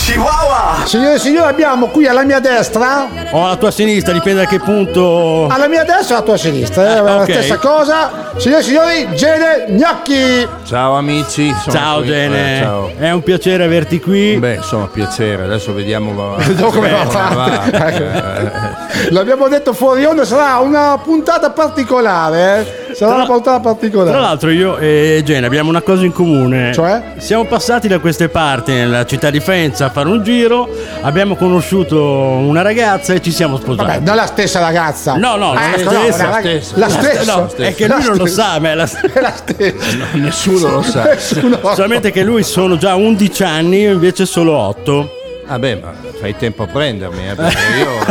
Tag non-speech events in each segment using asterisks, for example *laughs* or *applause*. Chihuahua! Signore e signori, abbiamo qui alla mia destra, O alla tua sinistra, dipende da che punto. alla mia destra e alla tua sinistra, eh, la ok. stessa cosa. Signore e signori, Gene Gnocchi. Ciao amici. sono Ciao qui. Gene, Eh, ciao. è un piacere averti qui. Beh, insomma, piacere. Adesso vediamo va- *laughs* Vediamo come va come avanti. *laughs* va. Eh, L'abbiamo detto fuori onda, sarà una puntata particolare. eh. Sarà Tra- una puntata Tra particolare. l'altro io e Gene abbiamo una cosa in comune. Cioè? Siamo passati da queste parti nella città di Faenza a fare un giro, abbiamo conosciuto una ragazza e ci siamo sposati. Vabbè, non la stessa ragazza. No, no, Ah, non è ecco, no, la stessa, la stessa. La La stessa. No, è che lui non lo sa, ma è la- È la *laughs* stessa. eh, Nessuno lo *laughs* sa. Nessuno lo sa. solamente che lui sono già 11 anni, io invece solo 8. Ah beh, ma fai tempo a prendermi, eh, perché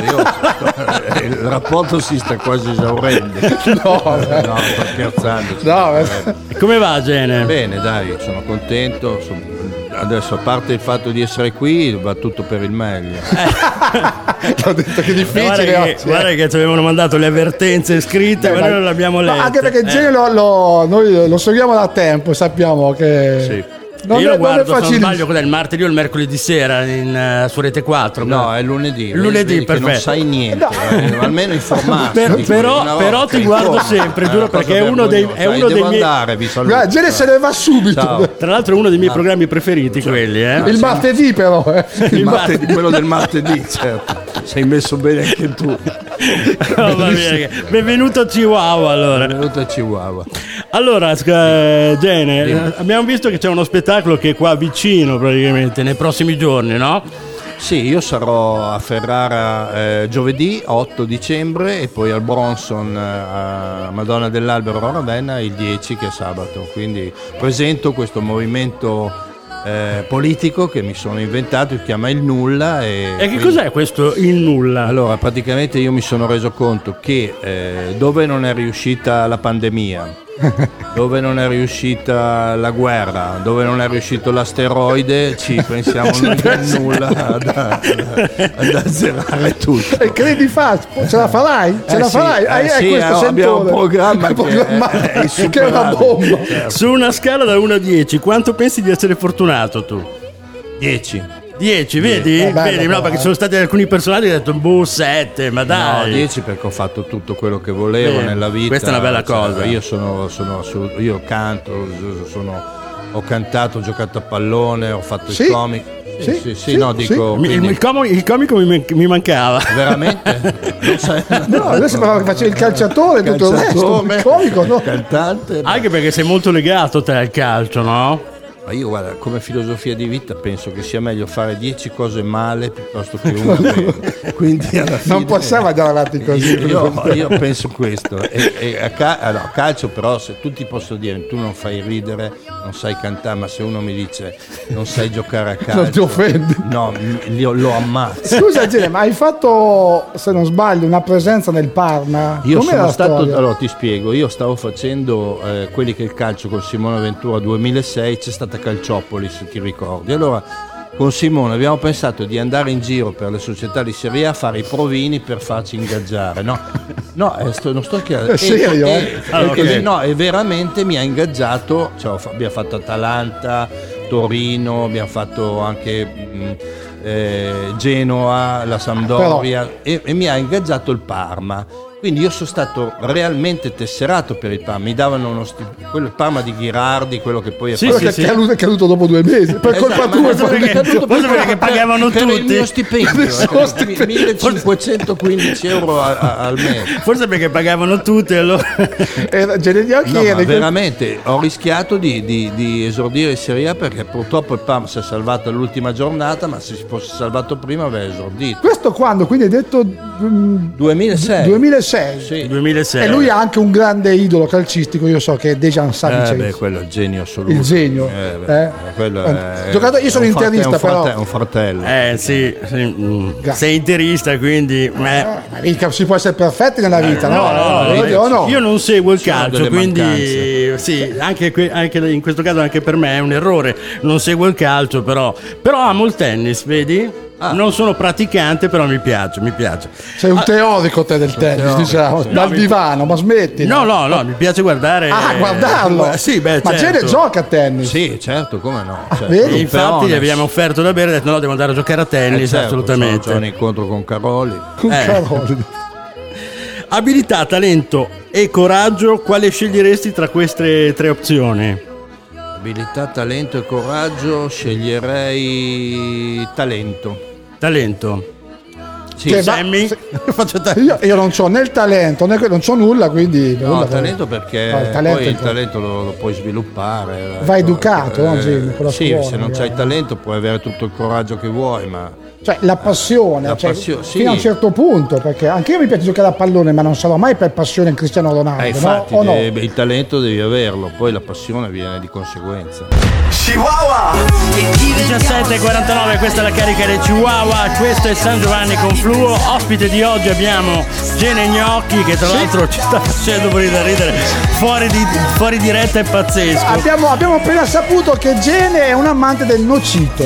io, io- *laughs* il rapporto si sta quasi esaurendo. *laughs* No, Eh, no, sto scherzando. No, eh. E come va Gene? Bene, dai, sono contento. sono- Adesso, a parte il fatto di essere qui, va tutto per il meglio. Ho detto che è guarda, difficile che, oggi. guarda che ci avevano mandato le avvertenze scritte, ma noi non le abbiamo No, lette. anche perché Eh. Gene lo, lo- noi lo seguiamo da tempo, sappiamo che. Sì. Non, io è, lo non è guardo, se non facile. sbaglio, cos'è, il martedì o il mercoledì sera in, eh, su Rete 4. No, è lunedì. Lunedì, vedi che non perfetto. sai niente, eh, almeno informati. Per- dico, però- una però volta ti guardo informa. sempre, Eh, giuro, una cosa perché è uno dei- è vergognosa. uno Eh, devo dei miei- andare, vi saluto. Guarda, Gene se ne va subito. Ciao. Tra l'altro, è uno dei Ah. miei programmi preferiti, quelli, *laughs* eh. Il martedì, però. eh. Il Il martedì, martedì. quello del martedì, certo. Sei messo bene anche tu. *laughs* Oh, va bene. Benvenuto a Chihuahua allora. Benvenuto a Chihuahua. Allora, sc- eh, Gene, eh, abbiamo visto che c'è uno spettacolo che è qua vicino praticamente, nei prossimi giorni, no? Sì, io sarò a Ferrara eh, giovedì 8 dicembre e poi al Bronson eh, a Madonna dell'Albero a Ravenna il 10 che è sabato. Quindi presento questo movimento eh, politico che mi sono inventato, si chiama il nulla. E, E che quindi- cos'è questo il nulla? Allora, praticamente io mi sono reso conto che eh, dove non è riuscita *laughs* la pandemia, dove non è riuscita la guerra, dove non è riuscito l'asteroide, ci *laughs* pensiamo noi a nulla *laughs* da, *laughs* da, da zerare tutto. E Eh, credi fa, ce la farai? Ce Eh la sì, farai? eh Hai, hai sì, questo eh, abbiamo sentore. un programma Un che programma è- è che è una bomba. Su una scala da 1 a 10, quanto pensi di essere fortunato tu? 10. 10, vedi? Eh, bello, vedi? però, No, perché eh. ci sono stati alcuni personaggi che hanno detto, boh, 7, ma No, dai. 10 perché ho fatto tutto quello che volevo Bene, nella vita. questa è una bella Cioè, cosa. Io sono, sono assolut- io canto, sono- ho cantato, ho giocato a pallone, ho fatto Sì. i comic. Sì, Sì, sì, sì, no, sì. dico. Mi- il, quindi- il comico, il comico mi, man- mi mancava. Veramente? Non sai- *laughs* No, adesso sembrava che facevi il calciatore e *laughs* tutto il resto. Calciatore, Comico, no? Cantante. ma- *laughs* Anche perché sei molto legato te al calcio, no? Ma io guarda, come filosofia di vita penso che sia meglio fare 10 cose male *laughs* piuttosto che una bene. Quindi alla fine Non possiamo andare avanti così. Io, io penso questo. E, e a, ca- ah, no, a calcio, però, se tu ti posso dire, tu non fai ridere, non sai cantare, ma se uno mi dice non sai giocare a calcio, Non ti offendi. No, mi- io lo ammazzo. Scusa Gene, ma hai fatto, se non sbaglio, una presenza nel Parma? Io Com'era sono la stato, storia? allora ti spiego, io stavo facendo eh, quelli che il calcio con Simone Ventura 2006, c'è stata Calciopoli se ti ricordi. Allora con Simone abbiamo pensato di andare in giro per le società di Serie A a fare i provini per farci ingaggiare, no? No, eh, sto- non sto chiedendo. È serio, eh? Ah, ok. no, e veramente mi ha ingaggiato, cioè, ho fa- abbiamo fatto Atalanta, Torino, abbiamo fatto anche mh, eh, Genoa, la Sampdoria, e, e mi ha ingaggiato il Parma. Quindi io sono stato realmente tesserato per il Parma, mi davano uno stipendio, quello il Parma di Ghirardi, quello che poi è Sì, Quello sì, che sì. è caduto- è caduto dopo due mesi, per Esatto, colpa ma *laughs* tua. questo poi- perché- forse perché pagavano per il tutti. mio stipendio, Per il suo eh, stipendio. 1515 euro a- a- al mese. Forse perché pagavano tutti allora. *laughs* Era Gene Gnocchi No, era ma in quel- veramente ho rischiato di, di- di esordire in Serie A perché purtroppo il Parma si è salvato all'ultima giornata, ma se si fosse salvato prima aveva esordito. Questo quando? Quindi hai detto mm, 2006. 2006. Sì. 2006. E lui ha anche un grande idolo calcistico, io so che è Dejan Eh, Savicevic. beh, quello è il genio assoluto. il genio. Eh, beh, eh? quello è- Eh, giocatore- io sono è un frate- interista, è un frate- però. È un fratello. Eh sì, sì, mm. Grazie. sei interista quindi... eh. Ma mica si può essere perfetti nella vita, no? Eh, No, no, Voglio dire, io, o no? io non seguo il Ci sono calcio, delle quindi mancanze. sì, anche, que- anche in questo caso anche per me è un errore, non seguo il calcio però, però amo il tennis, vedi? Ah. Non sono praticante, però mi piace, mi piace. Sei Ah. un teorico te del tennis, teorico, diciamo, sì. dal No, mi- divano, ma smetti. No, no, no, mi piace guardare. Ah, guardarlo. Eh, Sì, beh, ma certo. Gene gioca a tennis. Sì, certo, come no. Certo. Ah, vedi? Un E Infatti gli fenomeno. abbiamo offerto da bere, ho detto no, devo andare a giocare a Eh, tennis, certo, assolutamente. C'è un incontro con Caroli. Con Eh. Caroli. Abilità, talento e coraggio, quale sceglieresti tra queste tre opzioni? Abilità, talento e coraggio, sceglierei talento. Talento. Sì, Che sai- Sammy? se- *laughs* Faccio talento. Io, io non ho né il talento né que- non ho nulla, quindi. no, nulla. talento perché No, ah, il talento poi è il importante. talento lo, lo puoi sviluppare. ecco, Va educato, no, Jimmy, con la sì, scuola, se non magari. c'hai talento puoi avere tutto il coraggio che vuoi, ma Cioè, la passione, La cioè, passio- sì. fino a un certo punto, perché anche io mi piace giocare a pallone, ma non sarò mai per passione Cristiano Ronaldo, eh, Ah, no? infatti O no? de- il talento devi averlo, poi la passione viene di conseguenza. 17.49, questa è la carica del Chihuahua, questo è San Giovanni con Fluo, ospite di oggi abbiamo Gene Gnocchi che tra l'altro ci sta facendo morire da ridere, fuori, di, fuori diretta è pazzesco. Abbiamo, abbiamo appena saputo che Gene è un amante del nocito.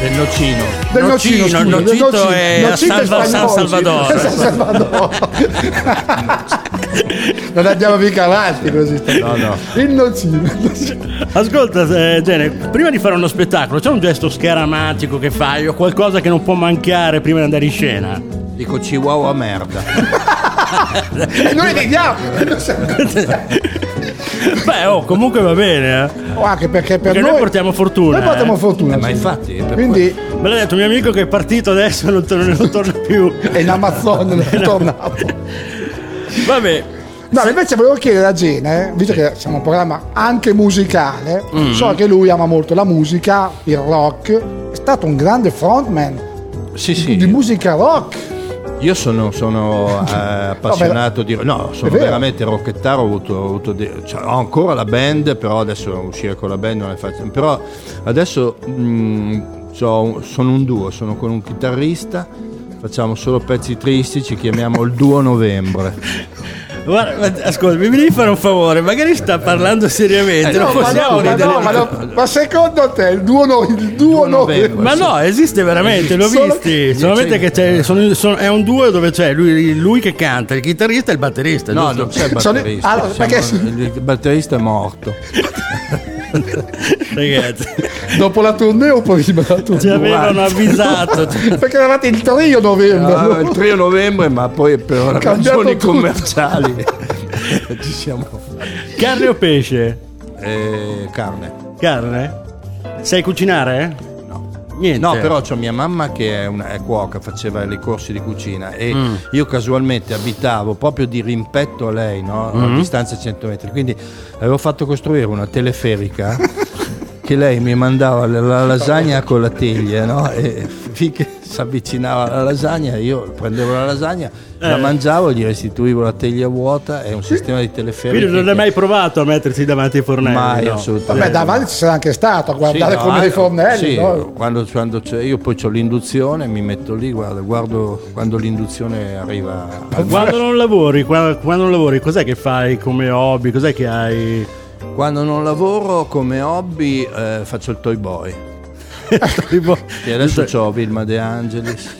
Del nocino. Del Nocino, nocino, scusa, del nocito è a Nocito Salva- San spagnolo. Salvador. San Salvador. non andiamo mica avanti così. No, no. Il nocino. Ascolta eh, Gene, prima di fare uno spettacolo c'è un gesto scaramatico che fai o qualcosa che non può mancare prima di andare in *laughs* scena? Dico chihuahua merda. E noi vediamo. Beh, oh, comunque va bene, eh. O Oh, anche perché per Perché noi portiamo fortuna, Noi portiamo eh. fortuna. Eh, ma sì. infatti, è per Quindi Me l'ha detto un mio amico che è partito adesso e non, tor- non torna *laughs* più. è in Amazzonia *laughs* non tornavo. Vabbè, No, invece volevo chiedere a Gene, eh, visto che siamo un programma anche musicale, Mm. so che lui ama molto la musica, il rock, è stato un grande frontman Sì, di sì. musica rock. Io sono, *laughs* sono, eh, appassionato di no, sono vero. veramente rockettaro, ho avuto, ho avuto de- cioè, ho ancora la band, però adesso uscire con la band non è facile. Però adesso mh, so- sono un duo, sono con un chitarrista, facciamo solo pezzi tristi, ci chiamiamo il duo novembre. Guarda, ma- ascolta, mi devi fare un favore, magari sta parlando seriamente, Eh, non no, ma possiamo ma, ridere. no, ma, no, ma secondo te il duo, no, il duo Duo novembre. novembre- Ma no, esiste veramente, l'ho Solo- visti. Solamente che c'è, sono- sono- è un duo dove c'è lui, lui che canta, il chitarrista e il batterista. Eh, No, giusto? non c'è il Sono- batterista. allora, siamo- perché- Il batterista è morto. Ragazzi, *laughs* Dopo la tournée o poi prima della ci tournée? avevano *laughs* avvisato. Perché eravate il trio novembre. Ah, il 3 novembre, ma poi per Cambiato ragioni tutto. *laughs* commerciali ci siamo. Carne o pesce? Eh, carne. Carne? Sai cucinare? No. Niente. No, però c'ho mia mamma che è, una, è cuoca, faceva i corsi di cucina e Mm. io casualmente abitavo proprio di rimpetto a lei, no? Mm. a distanza di 100 metri. Quindi avevo fatto costruire una teleferica *laughs* che lei mi mandava la, la lasagna con la teglia no? e finché si avvicinava alla lasagna io prendevo la lasagna, la Eh. mangiavo, gli restituivo la teglia vuota, è un sistema di teleferica. Quindi non hai mai provato a mettersi davanti ai fornelli? Mai, no? Vabbè, assolutamente. davanti ci sarà anche stato a guardare Sì, no, come anche- dei fornelli. sì, no? quando, quando c'è- io poi ho l'induzione, mi metto lì, guardo, guardo quando l'induzione arriva. al- Quando non lavori, qua- quando non lavori, cos'è che fai come hobby? Cos'è che *laughs* hai? Quando non lavoro come hobby eh, faccio il toy boy. Tipo- E adesso ho Vilma *coughs* De Angelis.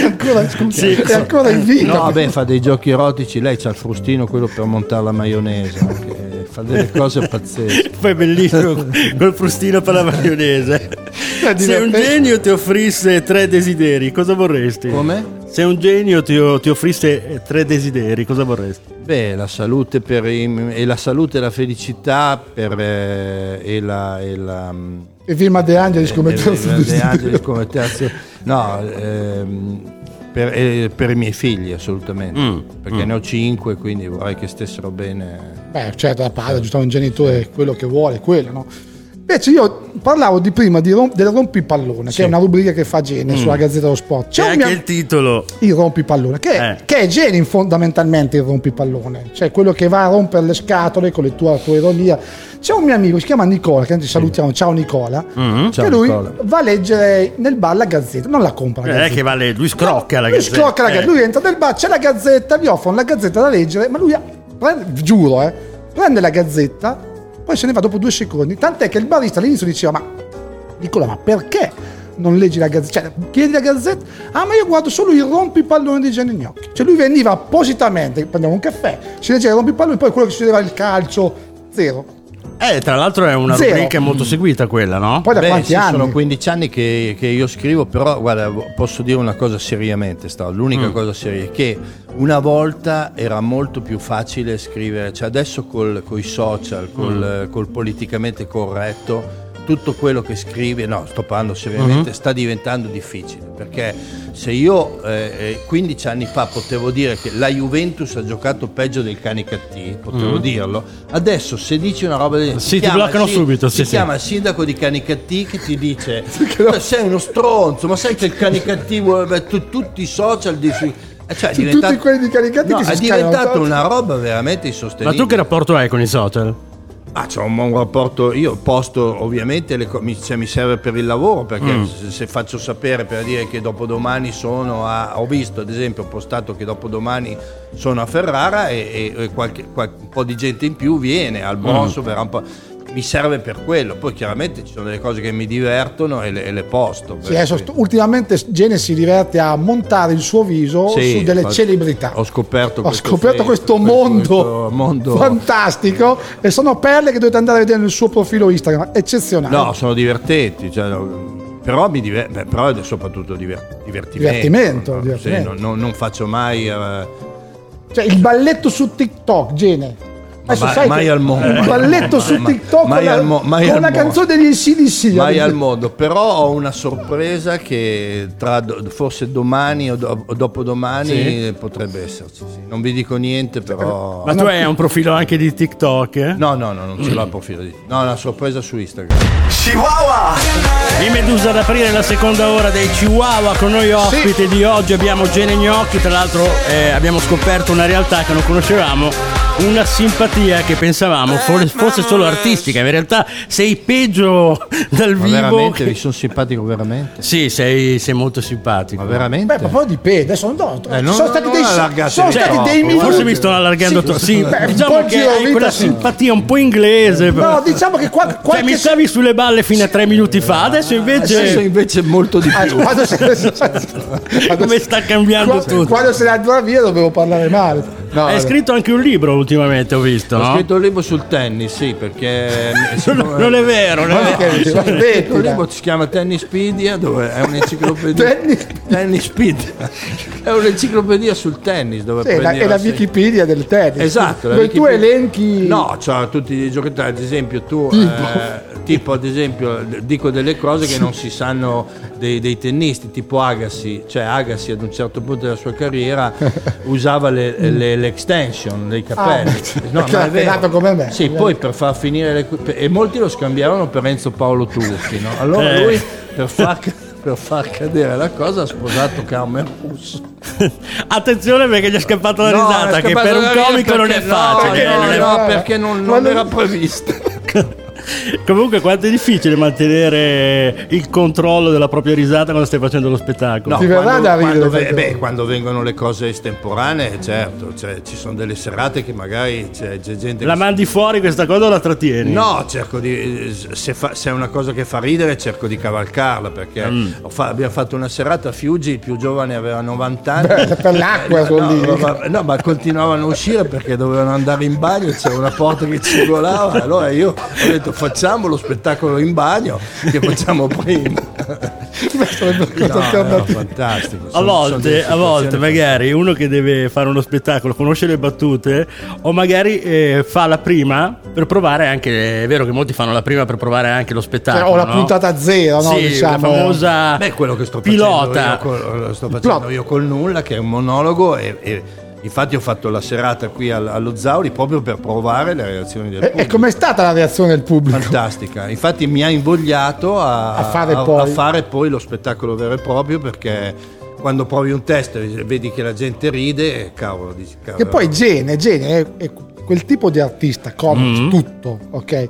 Ancora, scusa, Sì. è ancora in vita. No, vabbè, fa dei giochi erotici, lei c'ha il frustino, quello per montare la maionese. anche, Fa delle cose *laughs* pazzesche. Poi è *laughs* bellissimo col frustino per la maionese. È Se un divertente. genio ti offrisse tre desideri, cosa vorresti? Come? Se un genio ti, ti offrisse eh, tre desideri, cosa vorresti? Beh, la salute, per i- e la salute e la felicità per, eh, e la- e la mm, E Vilma De Angelis come Eh, terzo De desiderio. Angelis come terzo- no ehm, per, eh, per i miei figli assolutamente perché ne ho cinque quindi vorrei che stessero bene Beh, certo, la padre, giusto, un genitore è quello che vuole, quello, no? Invece io parlavo di prima di rom- del rompipallone, che è una rubrica che fa Gene sulla Gazzetta dello Sport. C'è un Mm. anche mio- il titolo. il rompipallone, che, Eh. che è Gene fondamentalmente il rompipallone, cioè quello che va a rompere le scatole con le tue, la tua ironia. C'è un mio amico, si chiama Nicola, che anzi salutiamo, ciao Nicola, Mm-hmm. Ciao, che lui Nicola. va a leggere nel bar la Gazzetta, non la compra la Eh, Non è Gazzetta. che vale, lui scrocca la lui gazzetta. scrocca la Eh. gazzetta, lui entra nel bar, c'è la gazzetta, gli offrono la gazzetta da leggere, ma lui, ha- prende- giuro, eh, prende la gazzetta, poi se ne va dopo due secondi. Tant'è che il barista all'inizio diceva, ma Nicola, ma perché non leggi la gazzetta, cioè, chiedi la gazzetta, ah ma io guardo solo il rompipallone di Gianni Gnocchi. Cioè lui veniva appositamente, prendeva un caffè, si leggeva il rompipallone, poi quello che succedeva il calcio, zero. Eh, tra l'altro è una Zero. Mm. rubrica molto seguita quella, no? Poi da Beh, quanti sì, anni? sono 15 anni che, che io scrivo, però guarda, posso dire una cosa seriamente, Stavo, Mm. l'unica cosa seria, è che una volta era molto più facile scrivere, cioè adesso col, coi social, col, Mm. col politicamente corretto, tutto quello che scrivi, no, sto parlando Mm-hmm. seriamente, sta diventando difficile, perché se io eh, eh, 15 anni fa potevo dire che la Juventus ha giocato peggio del cani Cattì, potevo dirlo, adesso se dici una roba del Mm. Sì, ti bloccano subito, sì, si sì. chiama il sindaco di Canicattì che *laughs* ti dice "Ma sei uno stronzo ma sai che il Canicattì vuole beh, tu- tutti i social dici Eh, cioè, è Tutti diventato- quelli di Canicattì No, che si è scagliano diventata tanto. una roba Ma veramente insostenibile tu che rapporto hai con i social? Ah, c'ho un buon rapporto, io posto ovviamente, le co- mi, cioè, mi serve per il lavoro perché se, se faccio sapere per dire che dopodomani sono a, ho visto ad esempio, ho postato che dopodomani sono a Ferrara e, e- e qualche- qual- un po' di gente in più viene al Bronzo, verrà un po', mi serve per quello, poi chiaramente ci sono delle cose che mi divertono e le, e le posto. Sì, adesso st- ultimamente Gene si diverte a montare il suo viso Sì, su delle infatti, celebrità. Ho scoperto Ho questo, scoperto fe- questo mondo, questo mondo- fantastico e sono perle che dovete andare a vedere nel suo profilo Instagram, eccezionale. No, sono divertenti, cioè, no, però, mi diver- beh, però è soprattutto diver- divertimento. Divertimento, no? divertimento. Sì, non- non, non faccio mai... eh, Cioè il balletto su TikTok, Gene. Adesso mai- sai mai che al mondo. Il balletto Ma- su ma- TikTok mai con, la, al mo- mai con al la mo- canzone degli CDC. mai al mondo, però ho una sorpresa che tra do- forse domani o, do- o dopodomani Sì. potrebbe esserci. sì. Non vi dico niente, però... Ma tu hai un profilo anche di TikTok? eh? No, no, no, non ce l'ho a profilo di... No, una sorpresa su Instagram. Chihuahua! In Medusa ad aprire la seconda ora dei Chihuahua con noi ospite di oggi abbiamo Gene Gnocchi, tra l'altro eh, abbiamo scoperto una realtà che non conoscevamo, una simpatia che Eh, pensavamo fo- fosse solo artistica, in realtà sei peggio *laughs* dal Ma vivo. veramente, vi sono simpatico veramente? Sì, sei, sei molto simpatico. Ma veramente? Beh, ma poi dipende, adesso non Eh, non- sono stati non dei, allargate sono troppo, stati dei guarda. minuti. Cioè, Forse mi sto allargando Sì, troppo. Sì, beh, un po' diciamo che hai girovita, quella sì. simpatia un po' inglese. però. No, diciamo che Eh, qua, Cioè, mi qualche stavi sulle balle fino a tre minuti fa, adesso invece. Adesso invece molto di Ah, più. quando certo. se, *laughs* Come sta cambiando quando- tutto. Quando se ne andrà via dovevo parlare male. No, Hai scritto anche un libro ultimamente, ho visto. Ho no? scritto un libro sul tennis, sì, perché... *laughs* eh, Non, non è vero, non è vero. Perché- Il Smettila. libro si chiama Tennispedia, dove è un'enciclopedia. Tennis- Tennispedia. *laughs* È un'enciclopedia sul tennis. Dove Sì, è la- prendi è la sì. Wikipedia del tennis. Esatto. la Dove tu Wikipedia- elenchi. No, cioè tutti i giocatori, ad esempio tu, Tipo? tipo, tipo ad esempio, d- dico delle cose che non si sanno dei, dei tennisti, tipo Agassi, cioè Agassi ad un certo punto della sua *laughs* carriera usava le, le- l'extension dei capelli. *laughs* Ah, perché era penato come me. Sì, poi per far finire le, cu- e molti lo scambiarono per Enzo Paolo Turchi, no? Allora Eh. lui per far, *laughs* per far cadere la cosa ha sposato Carmen Russo. Attenzione perché gli è scappata la No, risata, è che scappato per un da lì comico non è perché- facile. eh, No, non è- no, perché eh, non, Ma non non- era *laughs* previsto. Comunque, quanto è difficile mantenere il controllo della propria risata quando stai facendo lo spettacolo. No, Ti verrà da ridere, quando, ve- perché- beh, quando vengono le cose estemporanee, certo, cioè, ci sono delle serate che magari c'è, c'è gente La che... mandi fuori questa cosa o la trattieni? No, cerco di. Se, fa- se è una cosa che fa ridere, cerco di cavalcarla perché ho fa- abbiamo fatto una serata a Fiuggi. Il più giovane aveva 90 anni. per l'acqua, Eh, vuol dire. *laughs* no, ma, no, ma continuavano a uscire perché dovevano andare in bagno. C'era una porta che circolava. Allora io ho detto, facciamo lo spettacolo in bagno che facciamo prima. Sarebbe *laughs* No, cosa alternativa. no, fantastico. A Sono- sono delle volte, a volte situazioni magari uno che deve fare uno spettacolo conosce le battute o magari eh, fa la prima per provare anche, è vero che molti fanno la prima per provare anche lo Cioè, spettacolo. ho la no? puntata zero, no? sì, diciamo. la famosa Beh, quello che sto pilota. facendo, io col, lo sto facendo Plot. io col nulla, che è un monologo e, e infatti ho fatto la serata qui al- allo Zauri proprio per provare le reazioni del E, pubblico. e com'è stata la reazione del pubblico? Fantastica, infatti mi ha invogliato a, A fare poi. a fare poi lo spettacolo vero e proprio perché quando provi un testo e vedi che la gente ride, eh, cavolo, dici cavolo. Che poi Gene, Gene è, è quel tipo di artista, comico, Mm. tutto, ok?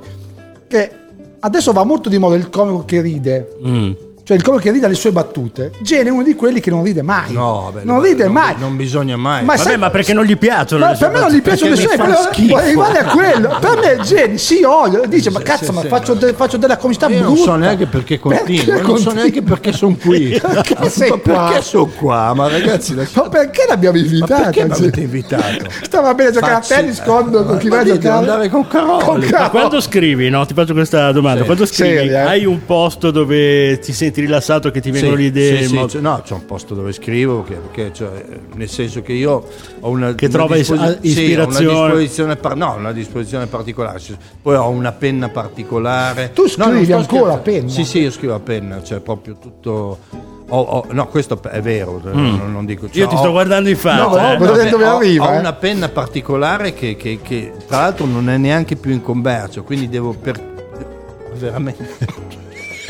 Che adesso va molto di moda il comico che ride. Mm. Cioè il comico che ride alle sue battute, Gene è uno di quelli che non ride mai. No, beh, non beh, ride non- mai. Non bisogna mai. Ma Vabbè, sai- ma perché non gli piacciono? Ma le sue per me non gli piacciono le perché sue, mi fa guarda- schifo. guarda *laughs* quello. Per me Geni si odia, dice ma Sì, cazzo, sì, ma sì, faccio, ma- de- faccio della comicità Io brutta. non so neanche perché continuo, non so continuo? neanche perché sono qui. *laughs* Perché Ma sei qua? perché sono qua? Ma ragazzi, Ma lasciate- perché l'abbiamo ma invitata? perché mi Geni? avete invitato? Stava bene a giocare Facci- a tennis con, con chi Ma va a vedi, giocare. devo andare con Caroli. Con Ma Caroli. Ma quando scrivi, no? Ti faccio questa domanda. Sì. Quando scrivi, Seria, eh? hai un posto dove ti senti rilassato, che ti vengono le idee? sì, in sì, modo- c'è- no, c'è un posto dove scrivo, che, che, cioè, nel senso che io ho una, Che una trova is- a- disposi- sì, ho ispirazione. una disposizione, par- no, una disposizione particolare, Sì, poi ho una penna particolare. Tu No, non scrivi sto ancora scherzando. a penna? Sì, sì, io scrivo a penna, cioè proprio tutto... ho- ho- no, questo è vero, non, non dico... cioè, Mm. Io ti sto ho- guardando in No, faccia. eh. no, vedete beh, dove ho, arriva, ho eh. una penna particolare che, che- che, tra l'altro non è neanche più in commercio, quindi devo per- veramente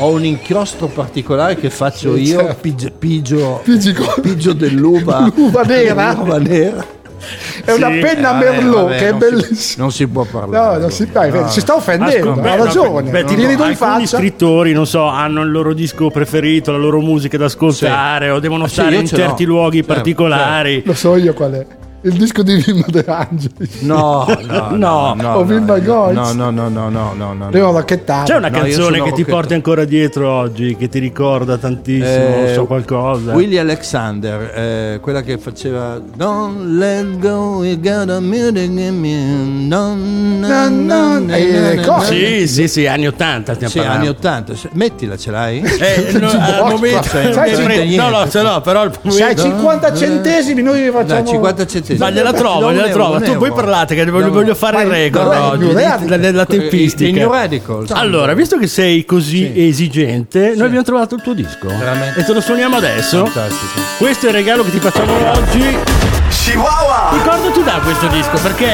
*laughs* ho un inchiostro particolare che faccio Sì, io, certo. pigio, pigio, Pigi co- pigio dell'uva, L'uva nera. dell'uva nera. Eh, È una Sì, penna Vabbè, Merlot vabbè, che è non si- bellissima. non si può No, parlare. non si, dai, No, si sta offendendo, Ascol- ha Ah, beh, no, ragione. beh, Ti tipo, rido in alcuni faccia. scrittori, non so, hanno il loro disco preferito, la loro musica da ascoltare, o devono Sì, stare io in ce l'ho. certi luoghi Certo, particolari. Lo so io qual è. Il disco di Vilma De Angelis. *laughs* No, no, No, no, no, o Vilma no, Goiz. no, no, no, no, no, no, no. Devo racchettare. C'è una Ah, No, io canzone sono che ti rocchetto. porti ancora dietro oggi, che ti ricorda tantissimo, non Eh, so qualcosa. Willie Alexander, eh, quella che faceva Don't let go, you got a meeting in me. Non, Na, non, na, non, eh, non, non, cosa? non. Sì, sì, sì, anni 80 stiamo Sì, parlando. anni 80. Se- Mettila, ce *laughs* l'hai? Eh, no, al Giusto. Cioè, Sai, momento non mi cinquanta- frega- no, no, ce l'ho, però al Se hai momento- 50 centesimi, noi facciamo. Dai, 50 centesimi. Ma gliela trovo, Da gliela un euro, trovo. un Tu voi euro. parlate che Da voglio, un- voglio fare il Vai, record vai, oggi. New La, Radical. Eh, la- la I- i New tempistica. Radical. Allora, visto che sei così Sì. esigente, noi abbiamo trovato il tuo disco. Veramente. E te lo suoniamo adesso. Fantastico. Questo è il regalo che ti facciamo oggi. Che Chihuahua! Ricordo ti dà questo disco perché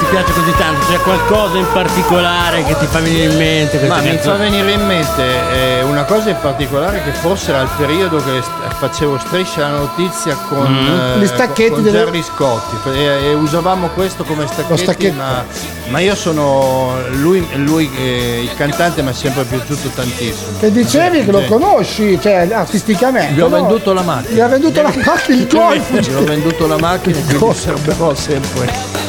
ti piace così tanto. C'è qualcosa in particolare che ti fa venire in mente? questa Ma mi canzone? fa venire in mente eh, una cosa in particolare che forse era il periodo che st- facevo striscia la notizia con, eh, Gli stacchetti con- con delle- Jerry Scotti e, e usavamo questo come stacchetti, stacchetto. ma, ma io sono lui, lui, eh, il cantante mi è sempre piaciuto tantissimo. Che dicevi che lo Sì. conosci, cioè artisticamente. Eh. Gli ho no? venduto la macchina. Gli ha venduto la macchina, il golf. Gli ho venduto la macchina e mi serberò sempre.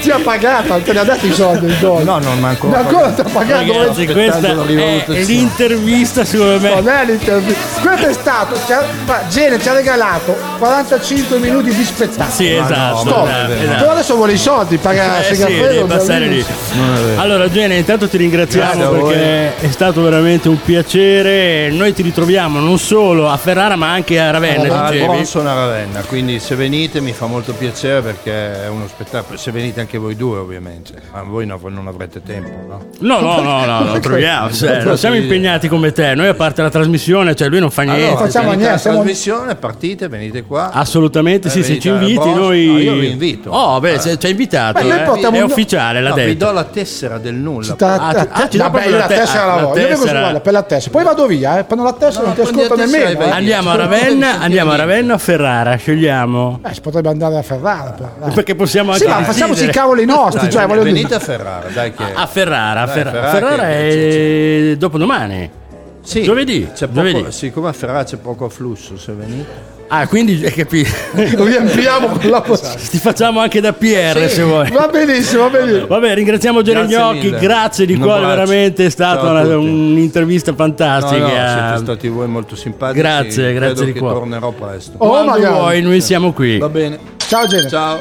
Ti ha pagato, te ne ha dato i soldi il golf. No, non ma ancora. Ma ancora ti ha pagato. Ragazzi, Ragazzi, aspettando questa la è rivoluzione. l'intervista secondo me Non è l'intervista. Questo è stato. ci ha- ma Gene ci ha regalato 45 minuti di spettacolo. Sì, Ma no, esatto. ma Stop. non è vero. Però adesso vuole i soldi, paga Eh sì, Segafredo, devi passare lì. Giannini. Allora Gene, intanto ti ringraziamo Grazie a voi. perché è stato veramente un piacere. Noi ti ritroviamo non solo a Ferrara ma anche a Ravenna. Ah, dicevi. Bronson a Ravenna, quindi se venite mi fa molto piacere perché è uno spettacolo. Se venite anche voi due, ovviamente, ma voi no- non avrete tempo, no? No, no, no, no, *laughs* lo troviamo. cioè, non siamo impegnati come te. Noi a parte la trasmissione, cioè lui non fa niente. Ah, facciamo finita niente, la siamo- trasmissione, partite, venite qua. Assolutamente sì, Eh, se ci venite inviti alla Bronson. noi... No, io vi invito. Oh, beh, se- ci ha invitato. Beh, noi eh. portiamo È un- ufficiale, l'ha No, vi detto. do la tessera del nulla. Ta- Ah, ta- ti- ah, ci dà vabbè, proprio io la la tessera te- la la voglio. Io vengo su tessera. guarda, per la tessera. Poi vado via, eh. Prendo la tessera, No, non ti prendi la ascolto tessera nemmeno. e vai eh. via. *laughs* Andiamo a Ascolta, Ravenna, ascolta, andiamo a vieni. Ravenna o a Ferrara, scegliamo. Eh, si potrebbe andare a Ferrara. però, dai. Perché possiamo anche Sì, ma decidere. facciamoci i cavoli nostri, Dai, cioè voglio venite dire. a Ferrara, dai che... Ah, A Ferrara, a Dai, Ferrara. Ferrara Ferrara che- è dopodomani. Sì, giovedì, c'è poco- giovedì. siccome a Ferrara c'è poco afflusso, se venite... Ah, *laughs* quindi hai capito. Lo *laughs* riempiamo con la posta. *laughs* Ti facciamo anche da PR se vuoi. Va benissimo, va benissimo. Vabbè, ringraziamo Gene Grazie Gnocchi, mille. grazie di Un cuore, abbraccio. veramente è stata Ciao a una- tutti. un'intervista Ah, No, no, fantastica. siete stati voi molto simpatici. eh, Grazie, grazie Credo di che cuore. tornerò presto. Oh, Quando magari. vuoi, noi siamo qui. Va bene, Ciao Gene. ciao.